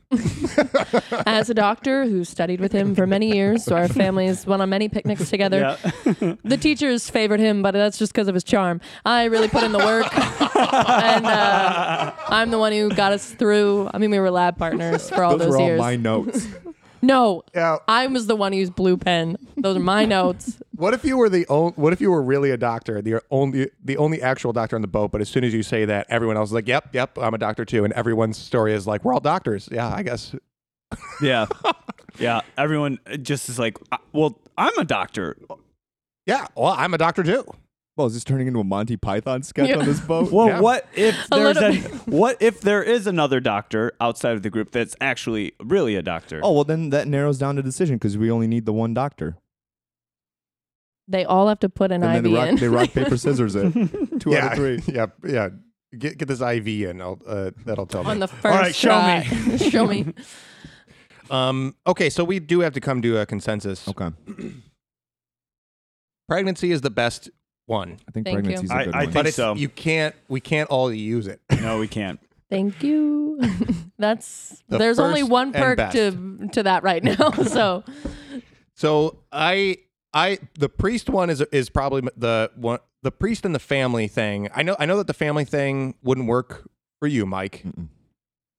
As a doctor who studied with him for many years, so our families went on many picnics together.
yeah.
The teachers favored him, but that's just because of his charm. I really put in the work, and uh, I'm the one who got us through. I mean, we were lab partners for all
Those,
those,
were all
years.
my notes.
No,
Yeah.
I was the one who used blue pen. Those are my notes.
What if you were the only? What if you were really a doctor, the only the only actual doctor on the boat? But as soon as you say that, everyone else is like, "Yep, yep, I'm a doctor too," and everyone's story is like, "We're all doctors." Yeah, I guess.
yeah. Yeah. Everyone just is like, "Uh, well, I'm a doctor.
Yeah, well, I'm a doctor too.
well, Oh, is this turning into a Monty Python sketch
Yeah.
on this boat?
Well,
Yeah.
what if
A
there's
little
a, what if there is another doctor outside of the group that's actually really a doctor?
oh well, then that narrows down the decision because we only need the one doctor.
They all have to put an
and
IV
then they rock,
in.
they rock paper scissors it. Two
yeah,
out of three.
Yeah, yeah. Get get this IV in. I'll, uh, that'll tell
on
me.
the first
right, show me.
try. show me.
um. Okay, so we do have to come to a consensus.
Okay,
Pregnancy is the best one,
I think
Thank you.
pregnancy's
I-
a good
I
one.
think-
but it's
so.
you can't. We can't all use it.
No, we can't.
Thank you. That's
The
there's only
first
one
and
perk
best.
to to that right now. So
So I I the priest one is is probably the one the priest and the family thing. I know I know that the family thing wouldn't work for you, Mike.
Mm-mm.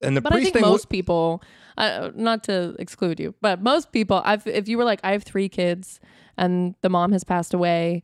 And the
But I
priest
think
thing
most people, uh, not to exclude you, but most people, I've, if you were like, I have three kids and the mom has passed away,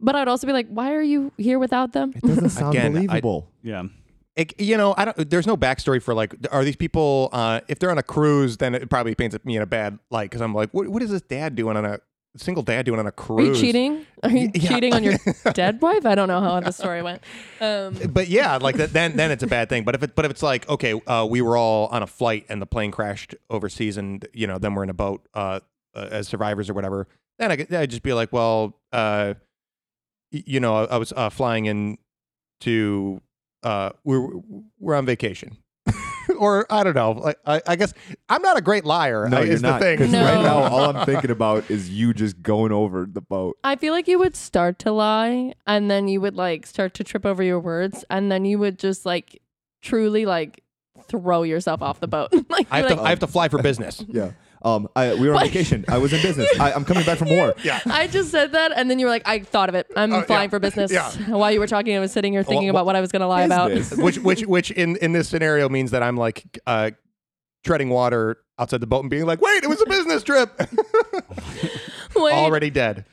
but I'd also be like, why are you here without them?
It doesn't sound
Again, I-
believable.
Yeah.
It, you know, I don't. There's no backstory for like, are these people? Uh, if they're on a cruise, then it probably paints me in a bad light because I'm like, what, what is this dad doing on a single dad doing on a
Are you
cruise?
cheating? Are you
Yeah.
cheating on your dead wife? I don't know how the story went. Um,
But yeah, like that, then then it's a bad thing. But if it, but if it's like, okay, uh, we were all on a flight and the plane crashed overseas, and you know, then we're in a boat uh, uh, as survivors or whatever, then I could, then I'd just be like, well, uh, y- you know, I, I was uh, flying in to uh, we're we're on vacation. or I don't know. Like I, I guess I'm not a great liar.
No,
uh,
you're
is
not.
the thing.
'cause
No.
right now, all I'm thinking about is you just going over the boat.
I feel like you would start to lie and then you would like start to trip over your words and then you would just like truly like throw yourself off the boat. like,
I
you're
have to
like,
I have to fly for business.
Yeah. Um. I we were on
What?
vacation. I was in business. I, I'm coming back from war.
Yeah.
I just said that, and then you were like, "I thought of it. I'm
Oh,
flying
yeah.
for business."
Yeah.
While you were talking, I was sitting here thinking
Well,
about what I was going to lie about.
Business.
which which which in in this scenario means that I'm like uh treading water outside the boat and being like wait it was a business trip
Wait,
already dead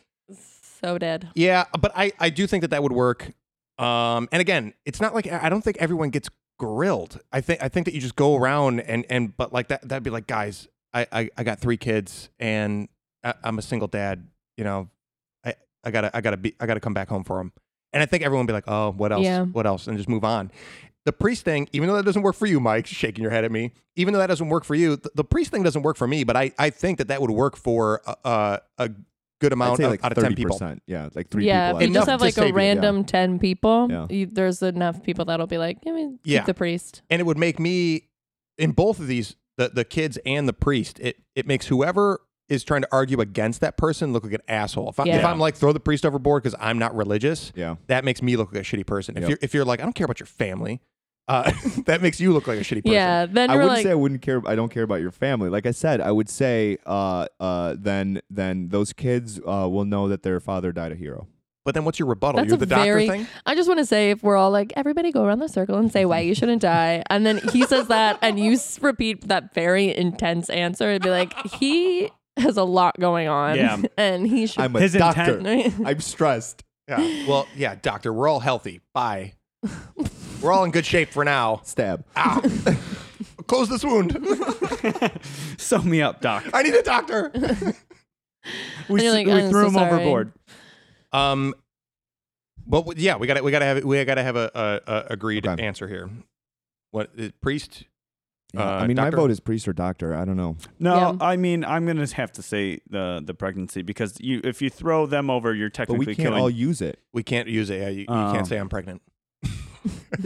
so dead.
yeah but i i do think that that would work um and again it's not like i I don't think everyone gets grilled i think i think that you just go around and and but like that that'd be like guys i i, I got three kids and I, i'm a single dad you know i i gotta i gotta be i gotta come back home for them and i think everyone would be like oh what else
Yeah.
what else and just move on the priest thing even though that doesn't work for you mike shaking your head at me even though that doesn't work for you the, the priest thing doesn't work for me but i i think that that would work for uh, a good
I'd
amount
say
of-
like
out of 10 people
30%. Yeah, like three
yeah,
people.
if you
out of
just
10.
Enough
have
to
like
save
a
you,
random ten people,
Yeah.
you, there's enough people that'll be like, "I mean, keep
Yeah.
the priest."
and it would make me in both of these the, the kids and the priest it it makes whoever is trying to argue against that person look like an asshole if, I, if
Yeah.
i'm like throw the priest overboard because i'm not religious
Yeah.
that makes me look like a shitty person if
Yep.
you're if you're like i don't care about your family uh, that makes you look like a shitty person
Yeah, then
I
you're
wouldn't
like,
say I wouldn't care. I don't care about your family. Like I said, I would say, uh, uh, then, then those kids uh, will know that their father died a hero.
but then what's your rebuttal
That's
you're
a
the doctor
very-
thing
I just want to say, if we're all like, everybody go around the circle and say why you shouldn't die, and then he says that, and you s- repeat that very intense answer, it'd be like, he has a lot going on,
Yeah.
and he should.
I'm a
His
doctor.
intent-
I'm stressed.
Yeah. Well, yeah, doctor, we're all healthy. Bye. We're all in good shape for now.
Stab.
Ow. Close this wound.
Sew me up, doc.
I need a doctor.
We,
And you're
s-
like,
we
"I'm
threw
so
him
sorry."
overboard.
Um, but w- yeah, we got to we got to have we got to have a, a, a agreed
Okay.
answer here. What is priest?
Yeah,
Uh,
I mean,
doctor?
my vote is priest or doctor. I don't know.
No,
Yeah.
I mean I'm gonna have to say the the pregnancy because you if you throw them over, you're
But
technically
we can't
killing.
all use it.
We can't use it. Yeah, you, you
Oh.
can't say I'm pregnant.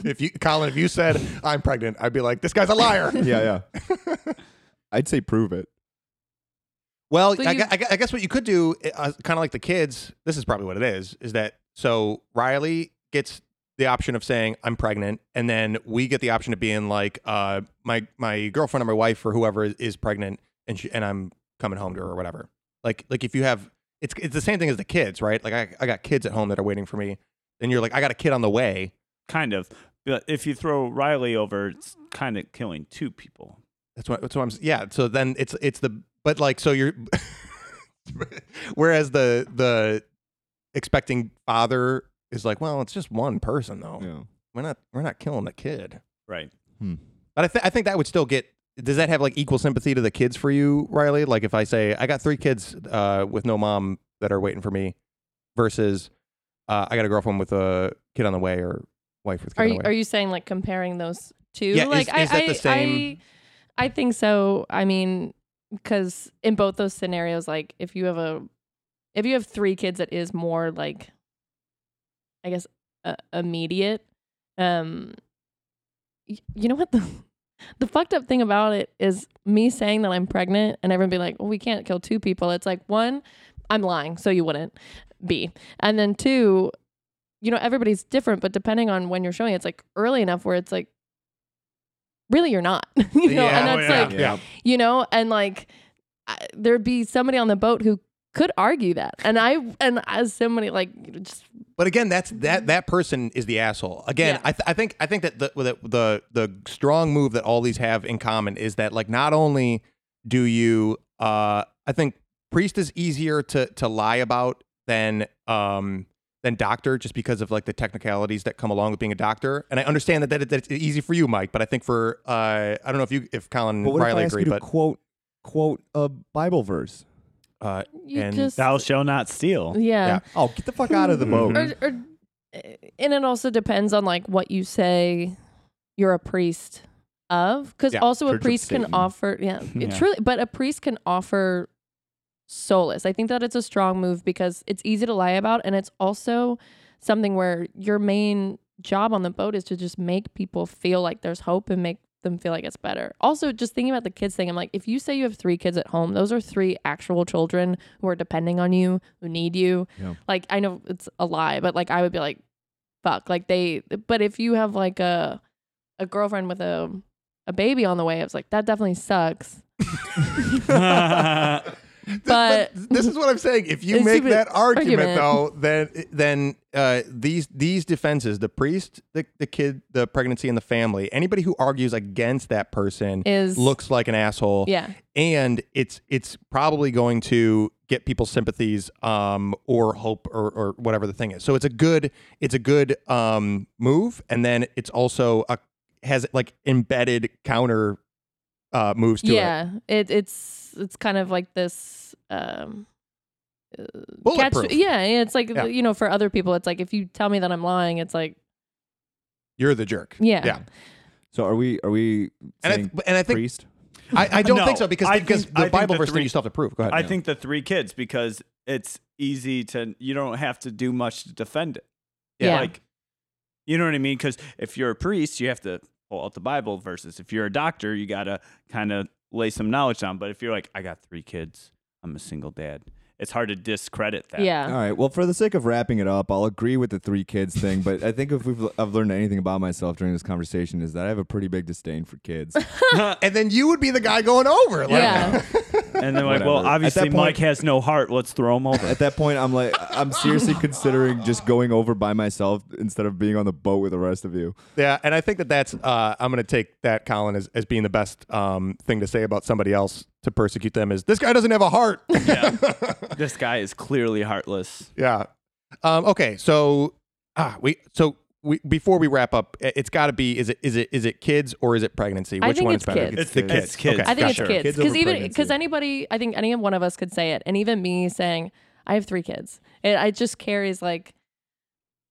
if you, Colin, if you said I'm pregnant, I'd be like, this guy's a liar.
Yeah, yeah. I'd say prove it.
Well,
So
I,
you-
gue- I gue- I guess what you could do, uh, kind of like the kids, this is probably what it is, is that so Riley gets the option of saying I'm pregnant, and then we get the option of being like, uh, my my girlfriend or my wife or whoever is, is pregnant, and she and I'm coming home to her or whatever. Like like if you have, it's it's the same thing as the kids, right? Like I I got kids at home that are waiting for me, and you're like, I got a kid on the way.
kind of. But if you throw Riley over, it's kind of killing two people.
That's what that's what I'm s- yeah. So then it's it's the but like so you're whereas the the expecting father is like, well, it's just one person though.
Yeah.
We're not we're not killing the kid.
Right.
Hmm.
But I, th- I think that would still get does that have like equal sympathy to the kids for you, Riley? Like if I say I got three kids uh, with no mom that are waiting for me versus uh, I got a girlfriend with a kid on the way or wife with kid
Are
on
you,
the way.
are you saying like comparing those two?
Yeah, is-
like
is that the same-
I, I think so. I mean, because in both those scenarios, like if you have a, if you have three kids, it is more like, I guess, uh, immediate. Um, y- you know what the, the fucked up thing about it is me saying that I'm pregnant and everyone be like, well, we can't kill two people. It's like one, I'm lying, so you wouldn't be, and then two, you know, everybody's different, but depending on when you're showing, it's like early enough where it's like, really, you're not. you know,
Yeah.
and
Oh,
that's
yeah.
like, you know, and like I, there'd be somebody on the boat who could argue that, and I and as somebody like you know, just
But again, that's that that person is the asshole. Again,
Yeah.
I, th- I think I think that the, the the the strong move that all these have in common is that like not only do you uh I think priest is easier to to lie about than um than doctor just because of like the technicalities that come along with being a doctor. And I understand that, that, that it's easy for you, Mike, but I think for uh I don't know if you if Colin
But what if I
Riley
ask
Mm. agree,
you to
but
quote quote a Bible verse?
uh
you
And
just
Thou shall not steal.
yeah.
Yeah.
Oh, get the fuck out of the boat.
Mhm.
Mm-hmm.
Or, or eh, and it also depends on like what you say you're a priest of because
Yeah,
also a
Church of
priest can
Satan.
offer yeah,
Yeah.
it truly but a priest can offer solace i think that it's a strong move because it's easy to lie about and it's also something where your main job on the boat is to just make people feel like there's hope and make them feel like it's better also just thinking about the kids thing i'm like if you say you have three kids at home those are three actual children who are depending on you who need you
Yeah.
like i know it's a lie but like i would be like fuck like they but if you have like a a girlfriend with a a baby on the way it's like that definitely sucks
Th-
But-
this is what I'm saying. If you
It's
make
stupid
that argument,
argument.
though, then then uh, these these defenses, the priest, the, the kid, the pregnancy, and the family, anybody who argues against that person
is
looks like an asshole,
yeah
and it's it's probably going to get people's sympathies um, or hope or, or whatever the thing is. So it's a good it's a good um, move, and then it's also a has like embedded counter uh, moves to it.
yeah it. it's it's kind of like this um uh,
Bulletproof.
yeah yeah, it's like
Yeah.
you know for other people it's like if you tell me that i'm lying it's like
You're the jerk.
yeah
Yeah.
So are we are we
And I,
saying
th- and I think
priest?
I, I don't
No,
think so because
I
because
think- I
the
think
Bible
the
verse thing
three-
you still have to prove. Go ahead.
I think the three kids because it's easy to you don't have to do much to defend it.
Yeah. Yeah.
Like you know what I mean? Because if you're a priest, you have to pull out the Bible verses. If you're a doctor, you gotta kind of lay some knowledge down. But if you're like, I got three kids, I'm a single dad. It's hard to discredit that.
All
yeah
right. Well, for the sake of wrapping it up, I'll agree with the three kids thing. But I think if we've I've learned anything about myself during this conversation is that I have a pretty big disdain for kids.
and then you would be the guy going over. Like,
Yeah.
And then like, well,
Whatever. At
obviously
that point-
Mike has no heart. Let's throw him over.
At that point, I'm like, I'm seriously considering just going over by myself instead of being on the boat with the rest of you.
yeah. And I think that that's uh, I'm going to take that Colin as, as being the best um, thing to say about somebody else to persecute them is this guy doesn't have a heart.
this guy is clearly heartless.
yeah. Um, okay, so ah, we so we before we wrap up, i- it's got to be is it is it is it kids or is it pregnancy?
I
Which
think
one
it's
is better?
kids.
It's the
kids.
kids.
Okay.
I think
Gotcha.
it's kids
Kids
because
over
even
pregnancy.
because anybody, I think any one of us could say it, and even me saying I have three kids, it, it just carries like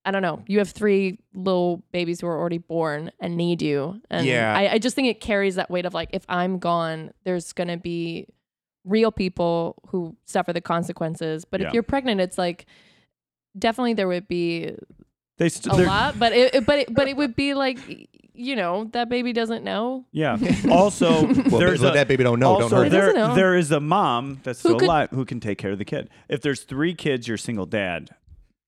I don't know. You have three little babies who are already born and need you, and
Yeah.
I, I just think it carries that weight of like if I'm gone, there's gonna be real people who suffer the consequences. But
Yeah.
if you're pregnant, it's like definitely there would be
They st-
a
they're-
lot, but it, it- but it, but it would be like you know that baby doesn't know
Yeah. Also,
Well,
there's a,
let that baby don't know.
also
don't hurt.
He
there
doesn't know.
there is a mom that's
Who
still
could-
alive who can take care of the kid. If there's three kids, you're single dad.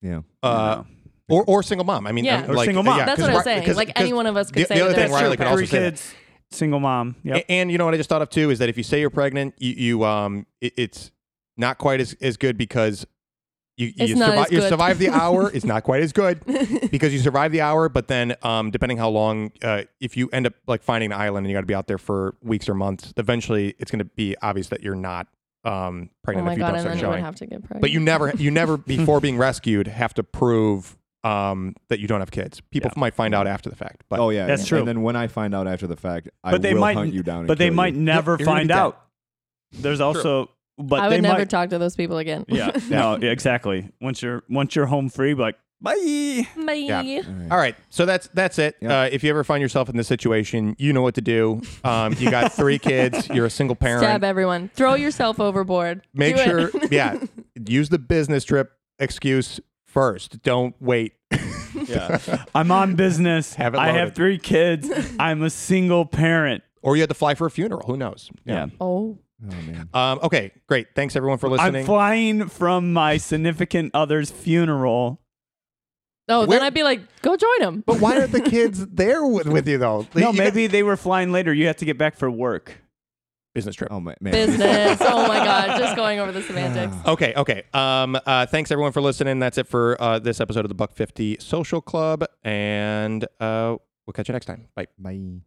Yeah.
you
uh,
know.
or or single mom. I mean,
Yeah.
um,
Or
like,
single mom.
yeah,
That's
'cause
what I'm
Ri-
saying.
'cause-
Like
'cause
any one of us could
the-
say
the other
that
thing
they're
Riley could also
three
say that.
kids, single mom. Yep.
A- And you know what I just thought of too is that if you say you're pregnant, you, you um, it, it's not quite as, as good because you
It's
you,
not
survi-
as
you
good.
survive the hour. it's not quite as good because you survive the hour, but then um, depending how long, uh, if you end up like finding an island and you got to be out there for weeks or months, eventually it's going to be obvious that you're not um
Oh
pregnant
my
if you
god!
don't
And
start
then you would
showing.
have to get pregnant.
But you never, you never before being rescued have to prove um that you don't have kids. People might find out after the fact, but
oh yeah.
That's true.
And then when I find out after the fact, I
But they
will
might-
hunt you down. and
But they
kill you.
might never
you're gonna be
find
dead.
out. There's also but
I
they
would never
might
talk to those people again.
Yeah. No, yeah, exactly. Once you're once you're home free, be like, bye.
Bye.
Yeah.
All right.
All right, so that's that's it.
Yeah.
Uh, if you ever find yourself in this situation, you know what to do. Um, you got three kids. You're a single parent.
Stab everyone. Throw yourself overboard.
Make
Do
sure,
it.
yeah, use the business trip excuse first. Don't wait.
Yeah.
I'm on business.
Have it
I
loaded.
have three kids. I'm a single parent.
Or you had to fly for a funeral. Who knows?
oh,
oh man.
Um, okay, great. Thanks everyone for listening.
I'm flying from my significant other's funeral.
oh.
Where-
Then I'd be like, go join them.
but why aren't the kids there with, with you though?
No,
You got-
maybe they were flying later. You have to get back for work.
business trip.
Oh man. man.
Business. oh my god! Just going over the semantics.
Okay, okay. Um, uh, thanks everyone for listening. That's it for uh, this episode of the Buck Fifty Social Club, and uh, we'll catch you next time. Bye.
Bye.